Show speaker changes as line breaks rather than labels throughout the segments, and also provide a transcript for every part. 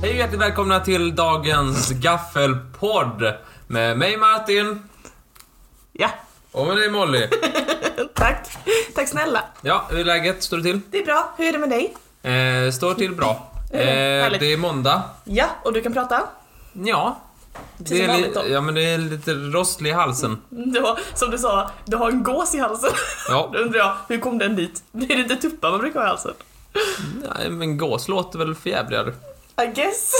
Hej och hjärtligt välkomna till dagens gaffelpodd med mig Martin
Ja,
och med dig Molly.
tack. Tack snälla.
Ja, hur är läget? Står det till?
Det är bra. Hur är det med dig?
Eh, står till bra. Eh,
Härligt.
det är måndag.
Ja, och du kan prata?
Ja.
Precis
Det
som
är,
vanligt då. Mm.
li- ja, men det är lite rosslig i halsen.
Du har, som du sa, du har en gås i halsen.
Ja,
Då undrar jag, hur kom den dit? Det är inte tuppar man brukar ha i halsen.
nej, men gås låter väl förjävligare.
I guess.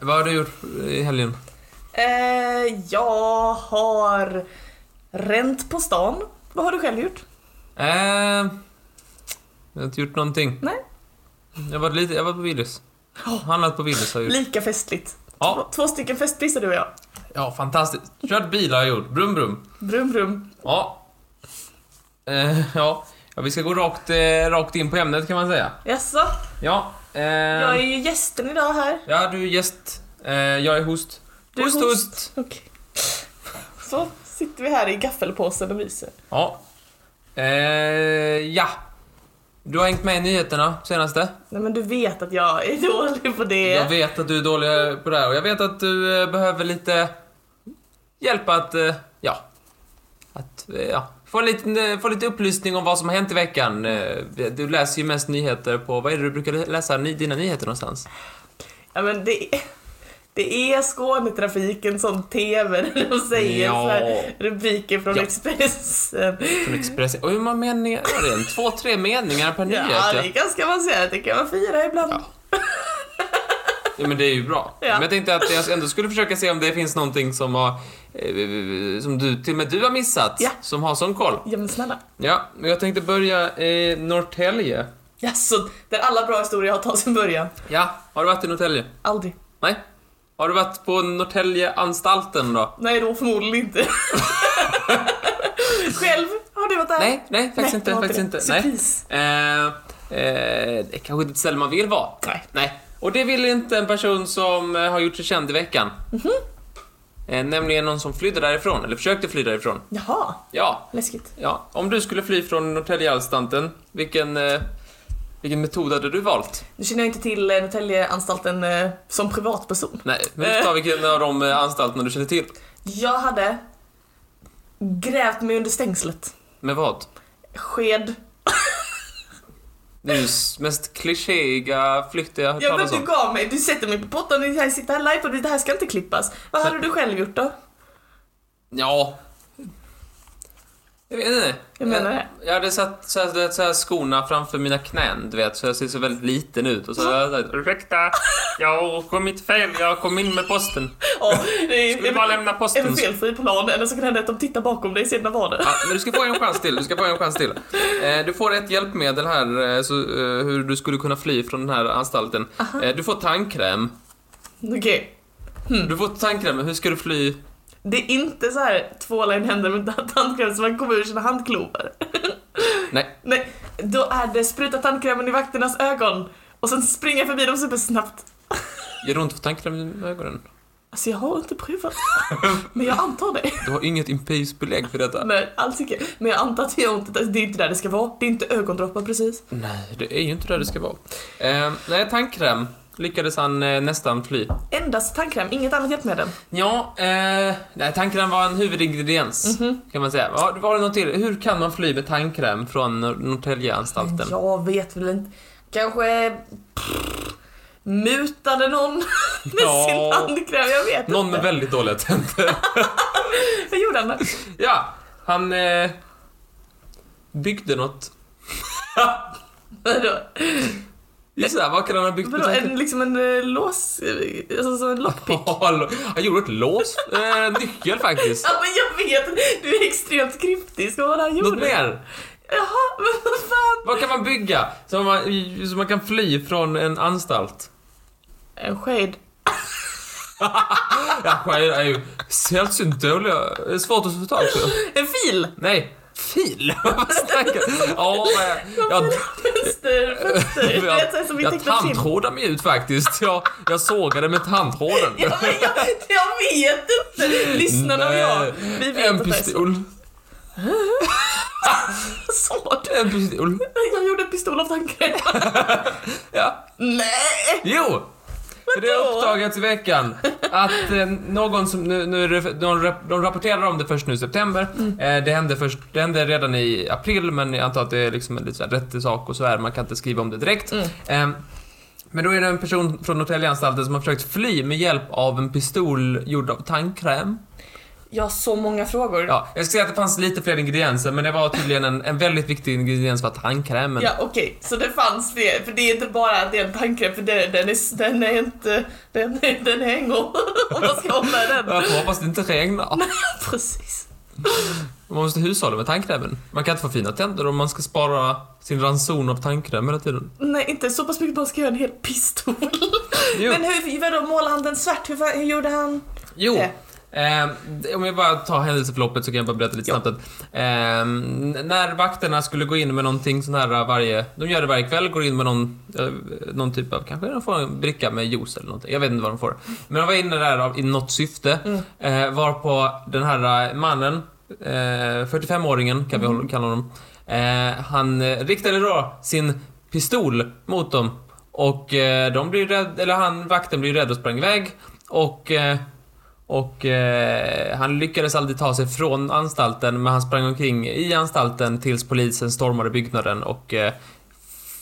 Vad har du gjort i helgen?
Eh, jag har ränt på stan. Vad har du själv gjort?
Eh, jag har inte gjort någonting.
Nej.
Jag var, lite, jag var på Willys. Handlat på Willys har jag gjort.
Lika festligt.
Ja,
Två stycken festpriser du och jag.
ja, fantastiskt. Kört bil har jag gjort. Brum, brum.
Brum brum.
Ja. Eh, ja. ja, vi ska gå rakt, eh, rakt in på ämnet kan man säga.
Jaså?
Ja, eh,
Jag är ju gästen idag här.
ja du är gäst. Eh, jag är host.
Du är
host,
host. Okej. Så sitter vi här i gaffelpåsen och myser.
Ja. Eh, ja. Du har hängt med i nyheterna senaste.
Nej men du vet att jag är dålig på det.
Jag vet att du är dålig på det här och jag vet att du eh, behöver lite hjälp att, eh, ja, att, eh, ja. Få, en liten, eh, få lite upplysning om vad som har hänt i veckan. Eh, Du läser ju mest nyheter på, vad är det du brukar läsa ni- dina nyheter någonstans?
Ja men det är, det är Skånetrafiken som TV när de säger
Ja.
så här rubriker från
Ja.
Expressen.
Från Expressen. Och hur många meningar är det? En, Två, tre meningar per nyhet?
Ja,
Ja,
det kan- ska man säga. Det kan man fira ibland.
Ja. ja, men det är ju bra.
Ja.
Men jag tänkte att jag ändå skulle försöka se om det finns någonting som har eh, som du, till och med du har missat,
Ja.
som har sån koll.
Ja men snälla.
Ja, men jag tänkte börja i Norrtälje.
Jaså, där alla bra historier har tagit sin början.
Ja, har du varit i Norrtälje?
Aldrig.
Nej. Har du varit på Norrtäljeanstalten då?
Nej då förmodligen inte. Själv? Har du varit där?
Nej, nej, faktiskt
Nej,
inte.
det var
Faktiskt
inte
inte. Nej.
det. Surpris.
Eh, eh, det är kanske inte ett ställe man vill vara.
Nej.
Nej. Och det vill inte en person som eh, har gjort sig känd i veckan.
Mhm.
Eh, nämligen någon som flydde därifrån, eller försökte fly därifrån.
Jaha,
Ja,
läskigt.
ja. Om du skulle fly från Norrtäljeanstalten, vilken, eh, vilken metod hade du valt?
Nu känner jag inte till eh, Norrtäljeanstalten eh, som privatperson.
Nej, men vi tar vilken av de eh, anstalterna du känner till.
Jag hade grävt mig under stängslet.
Med vad?
Sked.
Det är ju s- mest klichéiga flykter jag har hört
Ja men
talas
du
om.
gav mig, du sätter mig på botten och jag sitter här live och det här ska inte klippas. Vad hade du själv gjort då?
Ja. Jag vet inte.
Jag menar det.
Jag hade satt så här, så här skorna framför mina knän, du vet, så jag ser så väldigt liten ut. Och så hade jag sagt ursäkta, jag har kommit fel, jag kom in med posten.
Ja, det
Du bara
är
lämna
är
posten.
det felfri plan eller så kan det hända att de tittar bakom dig sedan var det.
Ja, men du ska få en chans till, du ska få en chans till. Eh, du får ett hjälpmedel här, eh, så, eh, hur du skulle kunna fly från den här anstalten. Eh, du får tandkräm.
Okej. Hmm.
Du får tandkräm, hur ska du fly?
Det är inte så här tvåla in händerna med tandkräm så man kommer ur sina handklovar.
Nej.
Nej, då är det spruta tandkrämen i vakternas ögon och sen springa förbi dem supersnabbt.
Gör det ont att få tandkräm i ögonen?
Alltså jag har inte provat. Men jag antar det.
Du har inget empiriskt belägg för detta.
Nej, alls icke. Men jag antar att det är, inte, det är inte där det ska vara. Det är inte ögondroppar precis.
Nej, det är ju inte där det ska vara. Eh, nej, tandkräm lyckades han eh, nästan fly.
Endast tandkräm, inget annat hjälpmedel.
Ja, eh, nej, tandkräm var en huvudingrediens
Mhm.
kan man säga. Var, var det något till? Hur kan man fly med tandkräm från Nor- Norrtäljeanstalten?
Jag vet väl inte. Kanske pff, mutade någon med
Ja.
sin tandkräm. Jag vet
Någon
inte.
med väldigt dåliga tänder.
Vad gjorde han då?
ja, han eh, byggde något.
Vadå?
Gissa, vad kan han ha byggt med
Vadå?
tandkräm?
En, liksom en eh, lås... eh, Alltså som en lockpick?
Ja, Han gjorde ett lås, eh, nyckel faktiskt.
Ja men jag vet inte. Du är extremt kryptisk vad var det han gjorde.
Något mer?
Jaha, men vad fan?
Vad kan man bygga som man, så man kan fly från en anstalt?
En sked.
Kanske är är ju sällsynt dåliga. Det är svårt att få tag på.
En fil!
Nej. Fil? Vad snackar du Ja, jag, jag,
Fönster, fönster. Du vet, så här som i
jag
tecknad film.
tandtrådade mig ut faktiskt. Jag, jag sågade med tandtråden.
Ja, men jag, jag vet inte! Lyssnarna och jag, vi vet
en
att det är så.
pistol.
Sa du?
En pistol.
Jag gjorde en pistol av tandkräm.
Ja.
Nej!
Jo! För det har uppdagats i veckan att eh, någon som, nu, nu är det, de, rap- de rapporterar om det först nu i september. Eh, det, hände först, det hände redan i april men jag antar att det är liksom en lite så här rättesak och så är man kan inte skriva om det direkt. Eh, men då är det en person från Norrtäljeanstalten som har försökt fly med hjälp av en pistol gjord av tandkräm.
Jag har så många frågor. Ja,
Ja, jag ska säga att det fanns lite fler ingredienser men det var tydligen en, en väldigt viktig ingrediens var tandkrämen.
okej, så det fanns det. För det är inte bara att det är en tandkräm, för det, den, är, den är inte... Den, är- den hänger om man ska hålla den.
Jag får hoppas det inte regnar.
Precis.
Man måste hushålla med tandkrämen. Man kan inte få fina tänder om man ska spara sin ranson av tandkräm hela tiden.
Nej, inte så pass mycket man ska göra en hel pistol.
Jo.
Men hur, vadå, målade han den svart? Hur, fa- hur gjorde han?
Jo.
Det.
Eh, om jag bara tar händelseförloppet så kan jag bara berätta lite
Ja.
snabbt att eh, när vakterna skulle gå in med någonting sån här äh, varje, de gör det varje kväll, går in med någon, eh, någon typ av, kanske de får en bricka med juice eller någonting, jag vet inte vad de får. Men de var inne där av, i något syfte, eh, varpå den här eh, mannen, eh, 45-åringen kan vi hålla- kalla honom, eh, han eh, riktade då sin pistol mot dem och eh, de blir rädd, eller han, vakten blir rädd och sprang iväg och eh, och eh, han lyckades aldrig ta sig från anstalten men han sprang omkring i anstalten tills polisen stormade byggnaden och eh,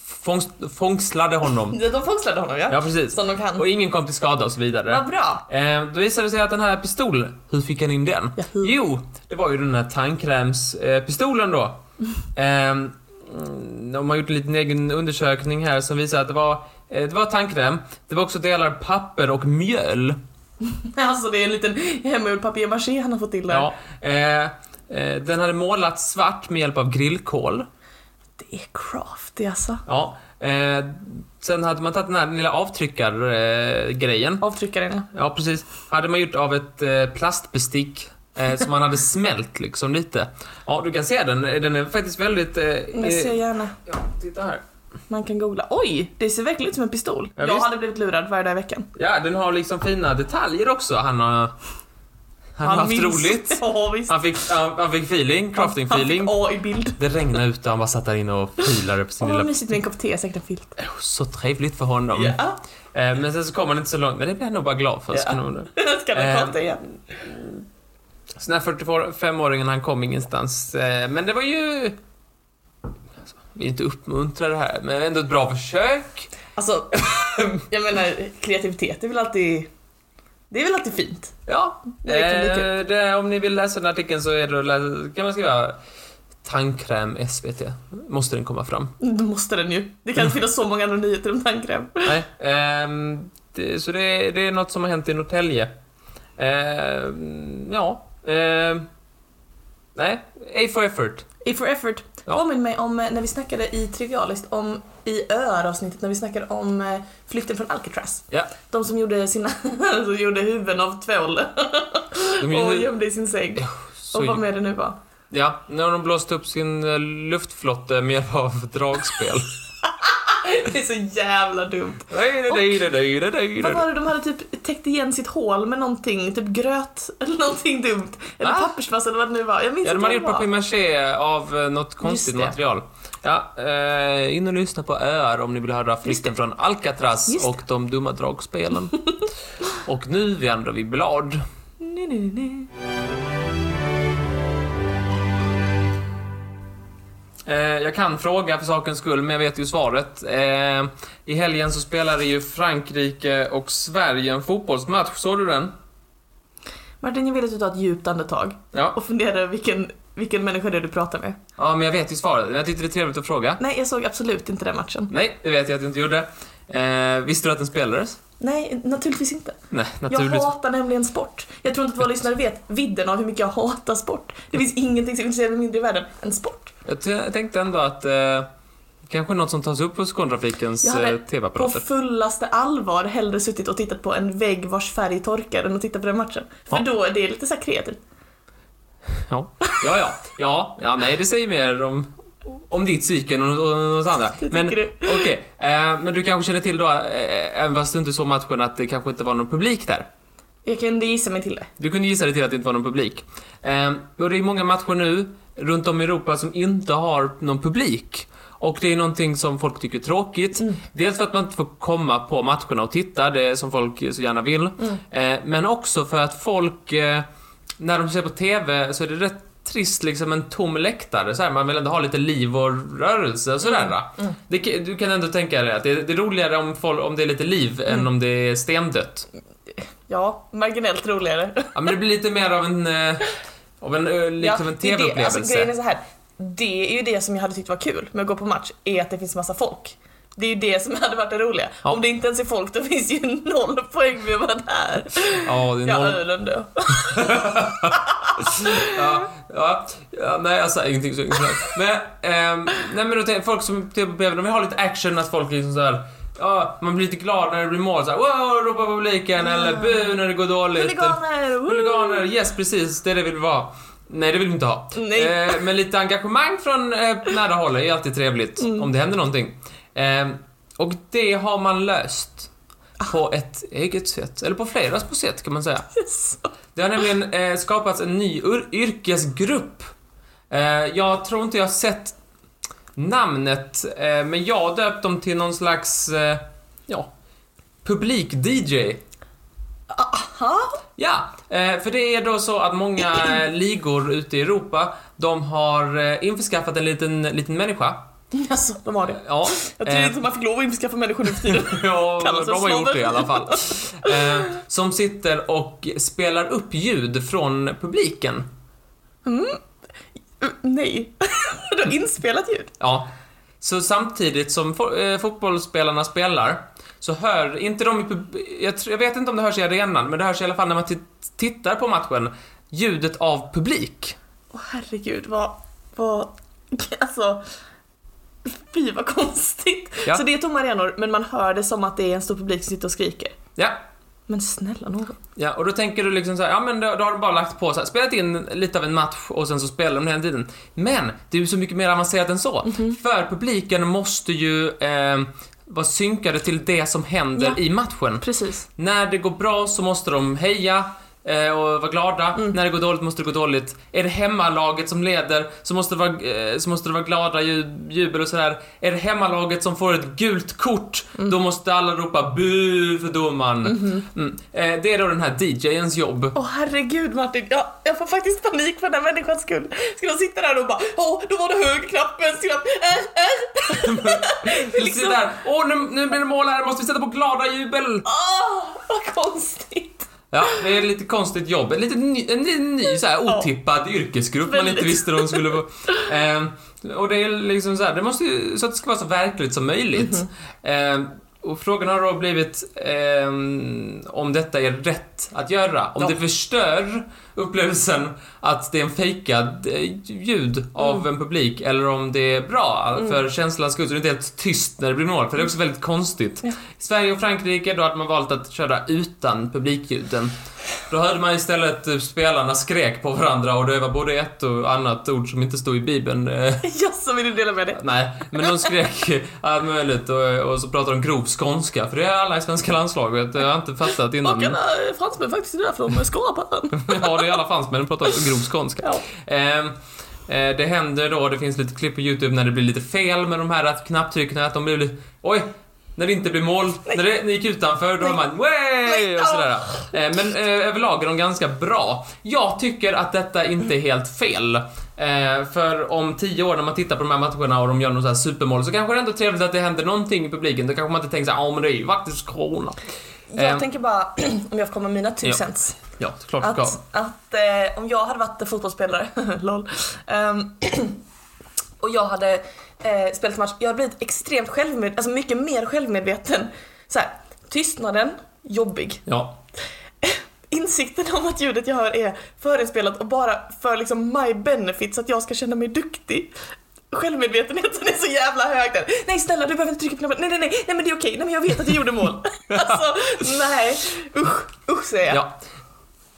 fångst, fångslade honom.
Mm. De fångslade honom ja.
Ja, precis.
Som de kan.
Och ingen kom till skada och så vidare.
Vad bra.
Eh, då visade det sig att den här pistolen, hur fick han in den? Jo, det var ju den här tandkrämspistolen eh, pistolen då. Ehm, mm, de har gjort en liten egen undersökning här som visar att det var, eh, det var tandkräm, det var också delar papper och mjöl.
Alltså det är en liten hemmagjord papier-maché han har fått till där.
Ja, eh, eh, den hade målats svart med hjälp av grillkol.
Det är crafty alltså.
Ja. Eh, sen hade man tagit den här lilla avtryckargrejen. Eh, grejen.
Avtryckaren ja.
ja, precis. Hade man gjort av ett eh, plastbestick. Eh, som man hade smält liksom lite. Ja, du kan se den. Den är faktiskt väldigt... Eh,
Jag ser
eh,
gärna.
ja, titta här.
Man kan googla. Oj! Det ser verkligen ut som en pistol.
Ja,
jag
visst.
hade blivit lurad varje dag i veckan.
Ja, den har liksom fina detaljer också. Han har... Han har haft
minns.
roligt.
Ja visst.
Han fick, han, han fick feeling, crafting feeling.
Han fick A i bild.
Det regnade ute och han bara satt där inne och filade på sin
Åh,
lilla
mysigt med en kopp te, säkert en filt.
Oh, Så trevligt för honom.
Ja,
Eh, Men sen så kom han inte så långt, men det blev han nog bara glad för.
Ja.
Yeah. Nog...
ska du
Ehm.
ta det igen?
Så den här 45-åringen han kom ingenstans. Eh, Men det var ju... Alltså, Vi inte uppmuntra det här, men ändå ett bra försök.
Alltså, jag menar kreativitet är väl alltid... Det är väl alltid fint?
Ja.
Det kan bli
Eh, det, om ni vill läsa den artikeln så är det, att läsa- kan man skriva tandkräm SVT. Måste den komma fram.
Då måste den ju. Det kan inte finnas så många andra nyheter om tandkräm.
Nej. ehm, det, så det, det är något som har hänt i Norrtälje. Ehm, ja. ehm, nej, A for effort.
A for effort.
Ja.
Påminn mig om eh, när vi snackade i Trivialist om i öar-avsnittet när vi snackade om eh, flykten från Alcatraz.
Ja.
De som gjorde sina, som gjorde huvuden av tvål
De
och
gjorde-
gömde i sin säng.
Så,
Och vad med det nu var.
ja, när de blåste upp sin eh, luftflotte med hjälp av dragspel.
Det är så jävla dumt.
Nej, nej, nej, nej, nej, nej, nej,
Vad
nej.
var det, de hade typ täckt igen sitt hål med någonting, typ gröt eller någonting dumt. Eller
Va?
pappersmassa eller vad det nu var. Jag minns
Ja, de
inte
hade
vad
gjort
det var.
papier-maché av eh, något konstigt
det.
material. Ja, eh, in och lyssna på öar om ni vill höra flykten från
Just
Alcatraz
det.
och de dumma dragspelen. och nu vänder vi blad.
Nej, nej, nej.
Eh, jag kan fråga för sakens skull, men jag vet ju svaret. Eh, I helgen så spelade ju Frankrike och Sverige en fotbollsmatch. Såg du den?
Martin, jag vill att du tar ett djupt andetag
Ja.
och funderar över vilken, vilken människa det är du pratar med.
Ja, men jag vet ju svaret. Men Jag tyckte det är trevligt att fråga.
Nej, jag såg absolut inte den matchen.
Nej, det vet jag att du inte gjorde. Eh, visste du att den spelades?
Nej, naturligtvis inte.
Nej,
Jag
naturligt.
hatar nämligen sport. Jag tror inte att våra lyssnare vet vidden av hur mycket jag hatar sport. Det finns ingenting som intresserar mig mindre i världen än sport.
Jag, t- jag tänkte ändå att eh, kanske något som tas upp på Skåntrafikens
Jag hade
eh,
På
TV-apparater.
fullaste allvar hellre suttit och tittat på en vägg vars färg torkar än att titta på den matchen. För
Ja.
då är det lite så här kreativt.
Ja. ja, ja, ja, ja, nej, det säger mer om, om ditt psyke än om om något andra. Men
tycker
okej,
du.
eh, men du kanske känner till då, eh, även fast du inte såg matchen, att det kanske inte var någon publik där.
Jag kunde gissa mig till det.
Du kunde gissa dig till att det inte var någon publik. Ehm, Eh, och det är många matcher nu runt om i Europa som inte har någon publik. Och det är någonting som folk tycker är tråkigt. Dels för att man inte får komma på matcherna och titta, det är som folk så gärna vill. Eh, men också för att folk, eh, när de ser på TV så är det rätt trist liksom en tom läktare. Så här, man vill ändå ha lite liv och rörelse och sådär. Det, ka- du kan ändå tänka dig att det, det är roligare om, folk, om det är lite liv än om det är stendött.
Ja, marginellt roligare.
Ja, men det blir lite mer av en, eh, av en, eh, liksom
ja,
en
det är det.
TV-upplevelse.
Alltså, grejen är så här. Det är ju det som jag hade tyckt var kul med att gå på match, är att det finns massa folk. Det är ju det som hade varit det roliga.
Ja.
Om det inte ens är folk, då finns ju noll poäng med att vara där.
ja, det är
Ja,
någon...
ölen då.
ja, ja, ja, nej jag sa ingenting så ingenting. Men, ehm, nej men då tänker jag, folk som typ behöver, de vill ha lite action, att folk liksom såhär, ja, man blir lite glad när det blir mål såhär, wow, ropar publiken, eller bu när det går dåligt.
Huliganer! woo!
Huliganer, yes precis, det är det vi vill vara. Nej, det vill vi inte ha.
Nej.
Eh, men lite engagemang från eh, nära håll är ju alltid trevligt,
Mm.
om det händer någonting. Eh, och det har man löst på ett eget sätt, eller på flera sätt kan man säga. Det har nämligen eh, skapats en ny ur- yrkesgrupp. Eh, jag tror inte jag har sett namnet, eh, men jag har döpt dem till någon slags, eh, ja, publik-DJ.
Aha!
Ja, eh, för det är då så att många eh, ligor ute i Europa, de har eh, införskaffat en liten, liten människa.
Alltså, de har det.
Ja,
Jag tror
Eh.
inte man fick lov att införskaffa människor nu för tiden.
ja de
Kallas för
har gjort
snobben.
det i alla fall. Eh, som sitter och spelar upp ljud från publiken.
Uh, Nej. du har inspelat ljud.
Ja. Så samtidigt som fo- eh, fotbollsspelarna spelar så hör inte de i pub- jag, tror- jag vet inte om det hörs i arenan, men det hörs i alla fall när man tit- tittar på matchen, ljudet av publik.
Åh herregud, vad... vad alltså... Fy vad konstigt.
Ja.
Så det är tomma arenor, men man hör det som att det är en stor publik som sitter och skriker.
Ja,
Men snälla någon.
Ja, och då tänker du liksom så här, ja men då, då har de bara lagt på så här, spelat in lite av en match och sen så spelar de hela tiden. Men det är ju så mycket mer avancerat än så. För publiken måste ju eh, vara synkade till det som händer
Ja.
i matchen.
Precis.
När det går bra så måste de heja eh, och vara glada.
Mm.
När det går dåligt måste det gå dåligt. Är det hemmalaget som leder så måste det vara, eh, så måste det vara glada ju- jubel och sådär. Är det hemmalaget som får ett gult kort,
Mm.
då måste alla ropa bu för domaren. Mm. Eh, det är då den här DJens jobb.
Mhm. Åh herregud Martin, jag, jag får faktiskt panik för den här människans skull. Ska de sitta där och bara åh, då var det höger knapp, vänster knapp, äh, äh. Det är
Liksom...
liksom,
Där. Åh, nu, nu blir det mål här, måste vi sätta på glada jubel!
åh, vad konstigt.
Ja, det är lite konstigt jobb. En liten ny, en liten ny så här otippad yrkesgrupp man inte
Väldigt.
visste de skulle vara. Ehm, och det är liksom så här, det måste ju, så att det ska vara så verkligt som möjligt. Ehm, och frågan har då blivit ehm, om detta är rätt att göra. Om
Ja.
det förstör upplevelsen att det är en fejkad eh, ljud av en publik eller om det är bra för känslans skull. Så det är inte helt tyst när det blir mål, för det är också väldigt konstigt. I Sverige och Frankrike då hade man valt att köra utan publikljuden. Då hörde man istället eh, spelarna skrek på varandra och det var både ett och annat ord som inte stod i bibeln. eh,
Jaså, vill du dela med dig?
Nej, men de skrek eh, allt möjligt och, och så pratade de grov skånska, för det är alla i svenska landslaget. Jag har inte fattat
Och
innan.
en äh, fransmän faktiskt, det är därför de skorrar på den.
ja, det är alla fransmän, de pratar grov skånska.
Ja.
Ehm, eh, Det händer då, det finns lite klipp på YouTube när det blir lite fel med de här att knapptrycken, att de blir lite, oj, när det inte blir mål, när det ni gick utanför, då hör man way och sådär. Eh, Men eh, överlag är de ganska bra. Jag tycker att detta inte är helt fel. Eh, För om tio år när man tittar på de här matcherna och de gör något så här supermål så kanske det är ändå trevligt att det händer någonting i publiken. Då kanske man inte tänker såhär, ja men det är ju faktiskt corona.
Jag
Ehm.
tänker bara, om jag får komma med mina two
Ja.
cents.
Ja, såklart du ska.
Att, att eh, om jag hade varit fotbollsspelare, lol, ehm, och jag hade eh, spelat match, jag hade blivit extremt självmedveten, alltså mycket mer självmedveten. Så här, tystnaden, jobbig.
Ja.
Insikten om att ljudet jag hör är förinspelat och bara för liksom my benefit så att jag ska känna mig duktig. Självmedvetenheten är så jävla hög där. Nej snälla du behöver inte trycka på knappen. Nej nej nej, nej men det är okej. Nej men jag vet att jag gjorde mål. alltså nej. Usch, usch säger jag.
Ja.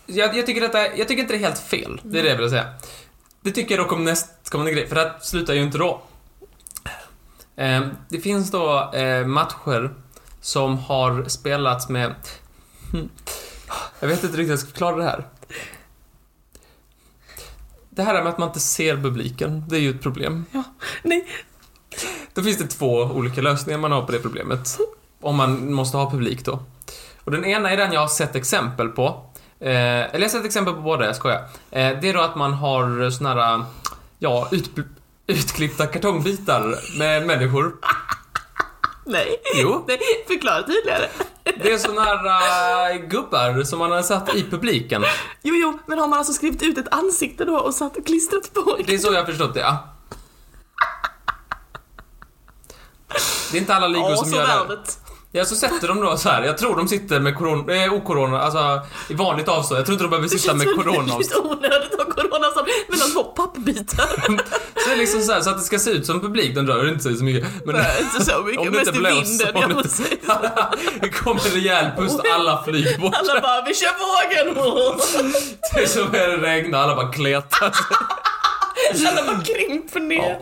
Jag, jag, tycker detta, jag tycker inte det är helt fel. Det är det jag vill säga. Det tycker jag dock om nästkommande grej, för det här slutar ju inte då. Eh, det finns då eh, matcher som har spelats med... Hmm. Jag vet inte riktigt hur jag ska förklara det här. Det här med att man inte ser publiken, det är ju ett problem.
Ja, nej.
Då finns det två olika lösningar man har på det problemet. Om man måste ha publik då. Och den ena är den jag har sett exempel på. Eh, eller jag har sett exempel på båda, jag skojar. Eh, det är då att man har såna här, ja, ut, utklippta kartongbitar med människor.
Nej.
Jo.
Nej, förklara tydligare.
Det är såna här eh, gubbar som man har satt i publiken.
Jo, jo, men har man alltså skrivit ut ett ansikte då och satt och klistrat på?
Det är så jag har förstått det, ja. Det är inte alla ligor
Ja,
som
så
gör det.
värvet.
Ja, så sätter de då så här. Jag tror de sitter med corona, eh, okorona, alltså i vanligt avstånd. Jag tror inte de behöver sitta med corona.
Det känns väldigt onödigt att ha corona som mellan två pappbitar.
Så det är liksom så här, så att det ska se ut som publik. Den rör inte sig så mycket. Men
Nej, inte så mycket.
Om det
Mest
inte
i
blåser,
vinden,
om
jag
det
måste säga.
det kommer en rejäl pust och alla flyger bort.
Alla bara, vi kör vågen!
Det är som när det regnar, alla bara kletar.
Alla bara krymper ner.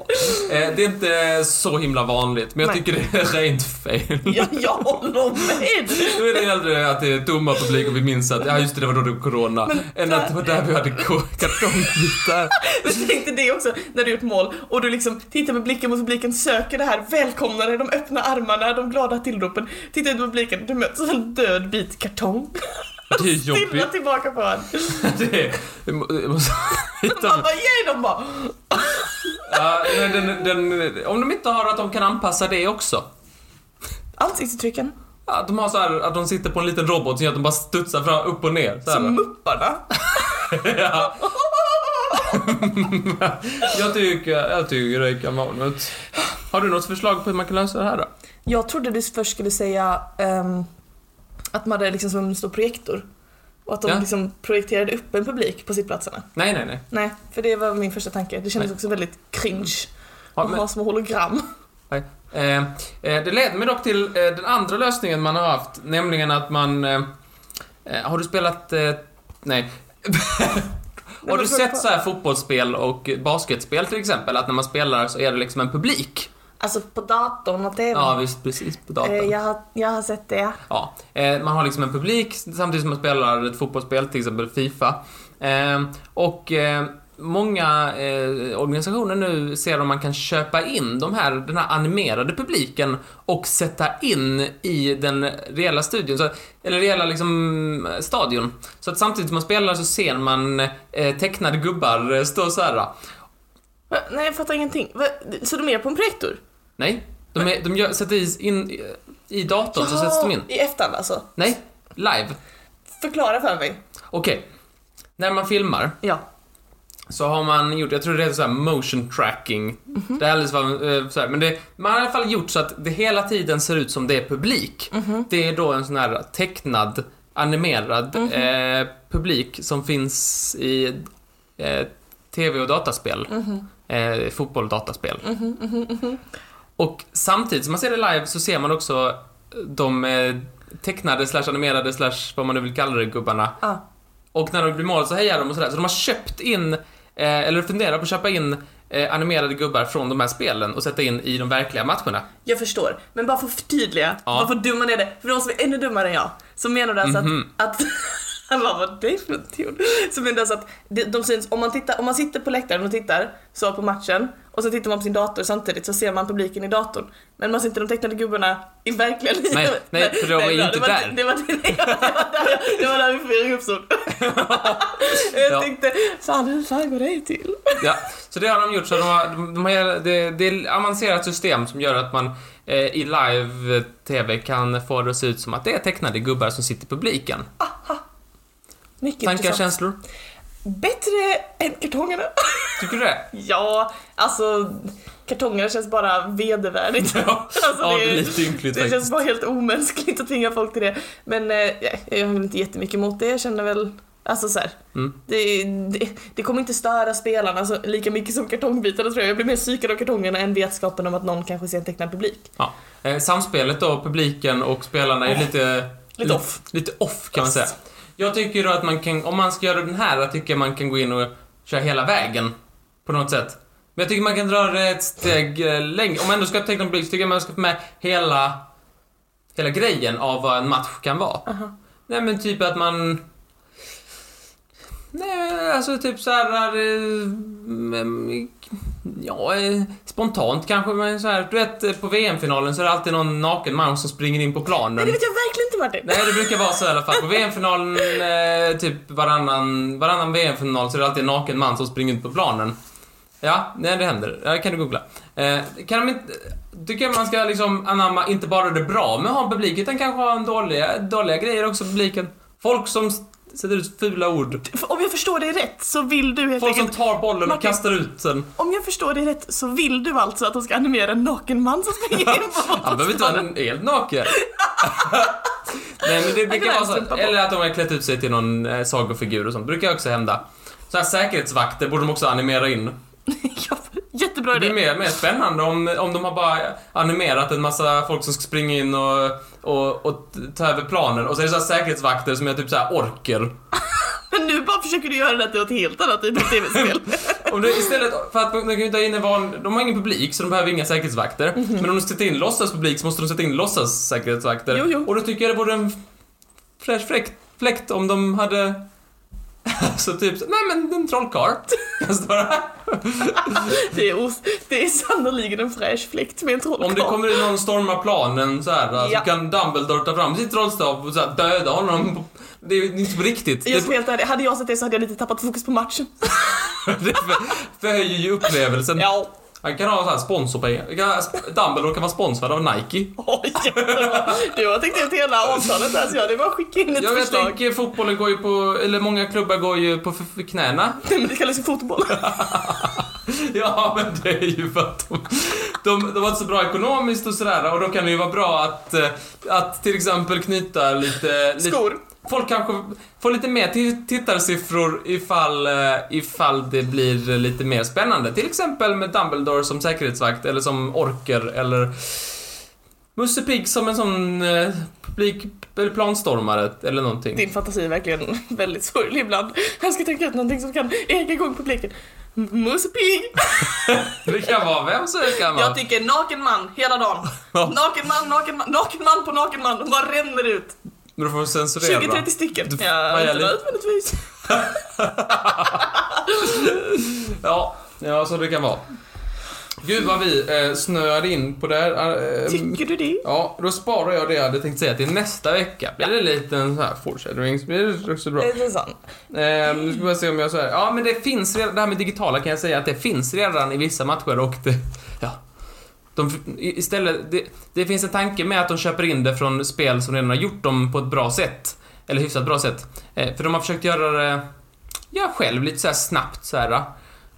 Ja. Eh, Det är inte så himla vanligt, men jag
Nej.
tycker det är rent fel.
Ja, jag håller med!
Då är det hellre att det är tomma publik och vi minns att, ja just det, det var då det var corona. än att det var där vi hade ko- kartongbitar.
Men tänkte det också, när du gjort mål och du liksom tittar med blicken mot publiken, söker det här, välkomnar det, de öppna armarna, de glada tillropen. Tittar ut på publiken, du möts av en död bit kartong.
Det är
Stirrar
jobbigt.
tillbaka på en.
Det är, det må- det måste-
Man bara, yay! De bara,
Ja, nej, den, den, om de inte har att de kan anpassa det också.
ansiktsuttrycken.
Att de har så här, att de sitter på en liten robot som gör att de bara studsar fram, upp och ner. Så här.
Som mupparna.
Ja. jag, tycker, jag tycker det kan vara något. Har du något förslag på hur man kan lösa det här då?
Jag trodde du först skulle säga ehm, att man hade liksom som en stor projektor. Och att de
Ja.
liksom projekterade upp en publik på sittplatserna.
Nej, nej, nej.
Nej, för det var min första tanke. Det kändes
Nej.
också väldigt cringe
Ja,
att
men-
ha små hologram.
Nej. Eh, eh, det leder mig dock till eh, den andra lösningen man har haft, nämligen att man... Eh, eh, har du spelat... Eh, nej. har
men
du
fråga på-
sett så här fotbollsspel och basketspel till exempel? Att när man spelar så är det liksom en publik?
Alltså på datorn och TVn.
Ja, visst, precis på datorn.
Eh, jag, har, jag har sett det.
Ja, eh, man har liksom en publik samtidigt som man spelar ett fotbollsspel, till exempel Fifa. Eh, och eh, många eh, organisationer nu ser om man kan köpa in de här, den här animerade publiken och sätta in i den reella studion, så, eller reella liksom eh, stadion. Så att samtidigt som man spelar så ser man eh, tecknade gubbar eh, stå så här. då.
Va? Nej, jag fattar ingenting. Va? Så de är på en projektor?
Nej, de, är, de gör, sätter is- in i- i datorn så sätts de in.
I efterhand alltså.
Nej, live.
Förklara för mig.
Okej. När man filmar
Ja.
så har man gjort, jag tror det heter såhär motion tracking. Det är alldeles vad, eh, så här, men det, man har i alla fall gjort så att det hela tiden ser ut som det är publik. Det är då en sån här tecknad, animerad eh, publik som finns i eh, tv och dataspel. Eh, fotboll och dataspel. Och samtidigt som man ser det live så ser man också de eh, tecknade slash animerade slash vad man nu vill kalla det gubbarna
Ah.
och när de blir mål så hejar de och sådär. Så de har köpt in, eh, eller funderar på att köpa in eh, animerade gubbar från de här spelen och sätta in i de verkliga matcherna.
Jag förstår, men bara för att förtydliga,
Ja.
bara för att dumma ner det, för de som är ännu dummare än jag, så menar du alltså
Mhm.
att, att vad var det för en ton? Så menar du alltså att de, de syns, om man, tittar, om man sitter på läktaren och tittar så på matchen och så tittar man på sin dator samtidigt så ser man publiken i datorn. Men man ser inte de tecknade gubbarna i verkliga livet.
Nej, nej, för de var ju
bra,
inte
det var,
där.
Det var, det, var, det, var där, jag- det var där vi förvirringen uppstod. jag
Ja.
tänkte, fan hur fan går det till?
Ja, så det har de gjort. Så de har, de, de har, det, det är ett avancerat system som gör att man eh, i live-tv kan få det att se ut som att det är tecknade gubbar som sitter i publiken.
Mycket
Tankar,
intressant.
känslor?
Bättre än kartongerna.
Tycker du det?
Ja, alltså kartongerna känns bara vedervärdigt.
Ja,
Alltså,
ja,
det-
det är lite ynkligt
Det
faktiskt.
känns bara helt omänskligt att tvinga folk till det. Men eh, jag har väl inte jättemycket emot det. Jag känner väl, alltså så här,
Mm.
det, det, det kommer inte störa spelarna så, lika mycket som kartongbitarna tror jag. Jag blir mer psykad av kartongerna än vetskapen om att någon kanske ser en tecknad publik.
Ja. Eh, samspelet då, publiken och spelarna är
Oh.
lite...
Lite off.
Lite off kan man
Yes.
säga. Jag tycker då att man kan, om man ska göra den här, jag tycker man kan gå in och köra hela vägen. På något sätt. Men jag tycker man kan dra det ett steg eh, längre. Om man ändå ska teckna en blick så tycker jag man ska få med hela, hela grejen av vad en match kan vara. Nej men typ att man... Nej, alltså typ så här... eh, mm, Ja, eh, spontant kanske, men så här, du vet eh, på VM-finalen så är det alltid någon naken man som springer in på
Nej,
planen.
det vet jag verkligen inte Martin.
Nej, det brukar vara så i alla fall. På VM-finalen, eh, typ varannan, varannan VM-final så är det alltid en naken man som springer ut på planen. Ja, nej det händer. Ja, Det kan du googla. Eh, kan de inte... Tycker jag man ska liksom anamma inte bara det bra med att ha en publik, utan kanske ha en dåliga, dåliga grejer också i publiken. Folk som s- sätter ut fula ord.
F- Om jag förstår dig rätt så vill du helt
Folk som
enkelt...
tar bollen och
Martin.
kastar ut den.
Om jag förstår dig rätt så vill du alltså att de ska animera en naken man som springer in på
Han behöver inte vara
fotbollsplanen?
en helt naken. Nej men det
kan
brukar vara
jag strumpa
så.
på.
Eller att de har klätt ut sig till någon eh, sagofigur och sånt. brukar också hända. Så här säkerhetsvakter borde de också animera in.
Ja, Jättebra
Det blir
idé.
mer, mer spännande om, om de har bara animerat en massa folk som ska springa in och, och, och ta över planen. Och så är det så här säkerhetsvakter som är typ så här orker.
Men nu bara försöker du göra det till något helt annat typ av tv-spel.
Om du istället, för att de kan ju ta in en van, de har ingen publik så de behöver inga säkerhetsvakter.
Mhm.
Men om de sätter in låtsas publik så måste de sätta in låtsas säkerhetsvakter.
Jo, jo.
Och då tycker jag det vore en fräsch fläkt, fläkt om de hade så typ, så- nej men en trollkarl. Kan stå där.
Det är, os- det är sannoliken en fräsch fläkt med en trollkarl.
Om det kommer in någon stormar planen så här,
Ja.
så kan Dumbledore ta fram sin trollstav och så här, döda honom. Det är ju inte på riktigt.
Jag
Det Mm.
ska vara helt ärlig, hade jag sett det så hade jag lite tappat fokus på matchen.
det för- förhöjer ju upplevelsen.
Ja.
Han kan ha så här sponsorpengar. Kan- Dumbledore kan vara sponsrad av Nike.
Oh, jättebra. du har tänkt ut hela avtalet här så jag det är bara att skicka in ett
Ja, men jag
förslag.
tänker fotbollen går ju på, eller många klubbar går ju på f- f- knäna.
Nej men det kallas ju fotboll.
Ja, men det är ju för att de, de, de var inte så bra ekonomiskt och sådär och då kan det ju vara bra att, eh, att till exempel knyta lite... lite
Skor.
folk kanske får lite mer t- tittarsiffror ifall, eh, ifall det blir lite mer spännande. Till exempel med Dumbledore som säkerhetsvakt eller som orker eller Musse Pigg som en sån eh, publik... Eller planstormare eller någonting.
Din fantasi är verkligen väldigt sorglig ibland. Jag ska tänka ut någonting som kan eka igång publiken. M- Musse Pig!
Det kan vara vem som helst kan vara.
Jag tycker naken man hela dagen.
Ja.
Naken man, naken man, naken man på naken man. De bara ränner ut.
Men du får censurera.
20-30 stycken.
Du-
Ja,
vad
inte
gäller-
nödvändigtvis.
Ja, ja, så det kan vara. Gud vad vi eh, snöar in på det här. eh,
Tycker du det?
ja, då sparar jag det jag hade tänkt säga till nästa vecka. Blir det lite en sån här foreshadowing så blir det också bra.
Det är sant.
Eh, nu ska vi bara se om jag säger. Ja, men det finns redan, det här med digitala kan jag säga att det finns redan i vissa matcher och det, ja. De, i- istället, det, det finns en tanke med att de köper in det från spel som redan har gjort dem på ett bra sätt. Eller hyfsat bra sätt. Eh, för de har försökt göra det, ja själv, lite så här snabbt så här.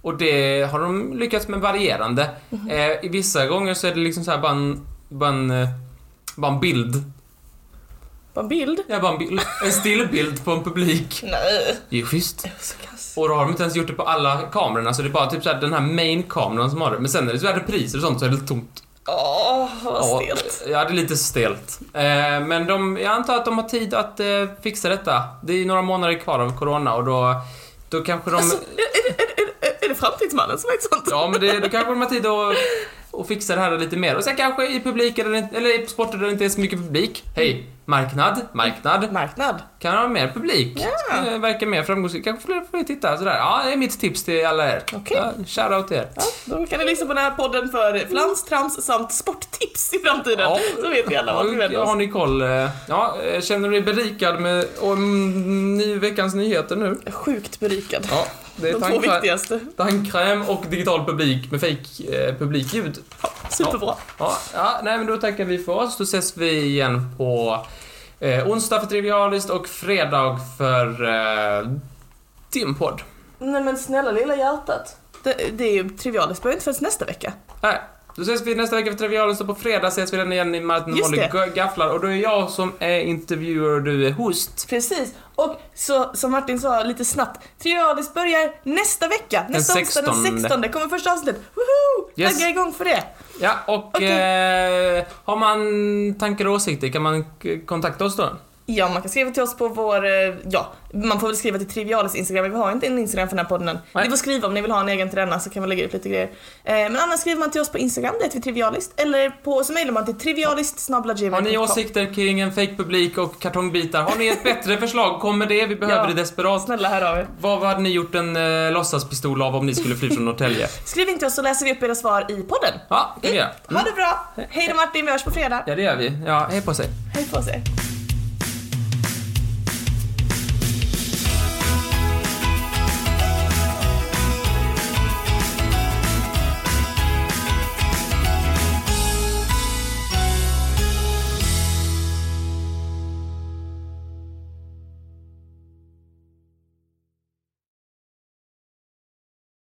Och det har de lyckats med varierande. Eh, i vissa gånger så är det liksom så här bara en, bara en, eh, bara en bild.
Bara en bild?
Ja, bara en bild. En stillbild på en publik.
Nej.
Det är ju schysst.
Det var så kass.
Och då har de inte ens gjort det på alla kamerorna, så det är bara typ såhär den här main-kameran som har det. Men sen när det är repriser och sånt så är det lite tomt.
Åh, vad
Ja,
stelt.
Ja, det är lite stelt. Eh, men de, jag antar att de har tid att eh, fixa detta. Det är ju några månader kvar av corona och då, då kanske de...
Alltså, är, är, är, är, är det framtidsmannen som har ett sånt?
Ja, men det, då kanske de har tid att och fixa det här lite mer. Och sen kanske i publiken, eller, eller i sporter där det inte är så mycket publik. Hej! Marknad, marknad.
Marknad.
Kan ha mer publik.
Ja.
Eh, Verkar mer framgångsrikt. Kanske fler får titta sådär. Ja, det är mitt tips till alla er.
Okej.
Ja, Shoutout till er.
Ja, då kan ni lyssna på den här podden för flams, trams samt sporttips i framtiden.
Ja.
Så vet vi alla vad vi vänder
Ja, Har
oss.
ni koll? eh, Ja, eh, känner du dig berikad med om ny veckans nyheter nu?
Sjukt berikad.
Ja, det är
De två
tandkräm,
viktigaste.
tandkräm och digital publik med fake eh, publikljud.
Superbra.
Ja, ja, nej men då tackar vi för oss. Då ses vi igen på eh, onsdag för Trivialist och fredag för eh, din podd.
Nej men snälla lilla hjärtat. Det, det är ju trivialiskt, behöver inte förrän nästa vecka.
Nej. Då ses vi nästa vecka för Trivialist och på fredag ses vi den igen i Martin och
Just
Molly
det.
Gö- Gafflar och då är jag som är intervjuer och du är host.
Precis. Och så, som Martin sa lite snabbt, trivialiskt börjar nästa vecka. Nästa onsdag den
16.
16 kommer första avsnittet. Woho!
Yes.
Tagga igång för det.
Ja, och
Okej.
eh, har man tankar och åsikter kan man k- kontakta oss då?
Ja, man kan skriva till oss på vår, eh, ja, man får väl skriva till Trivialis Instagram. Vi har inte en Instagram för den här podden än.
Nej.
Ni får skriva om ni vill ha en egen till denna så kan vi lägga ut lite grejer. Eh, men annars skriver man till oss på Instagram, det heter vi Trivialist. Eller på, så mejlar man till trivialist.gmail.com.
Har ni åsikter kring en fake publik och kartongbitar? Har ni ett bättre förslag? Kommer det? Vi behöver
Ja.
det desperat.
Snälla hör av er.
Vad hade ni gjort en eh, låtsaspistol av om ni skulle fly från Norrtälje?
Skriv in till oss så läser vi upp era svar i podden.
Ja, det kan vi göra.
Ha det bra! Hej då Martin, vi hörs på fredag.
Ja, det gör vi. Ja, hej på sig.
Hej på oss er.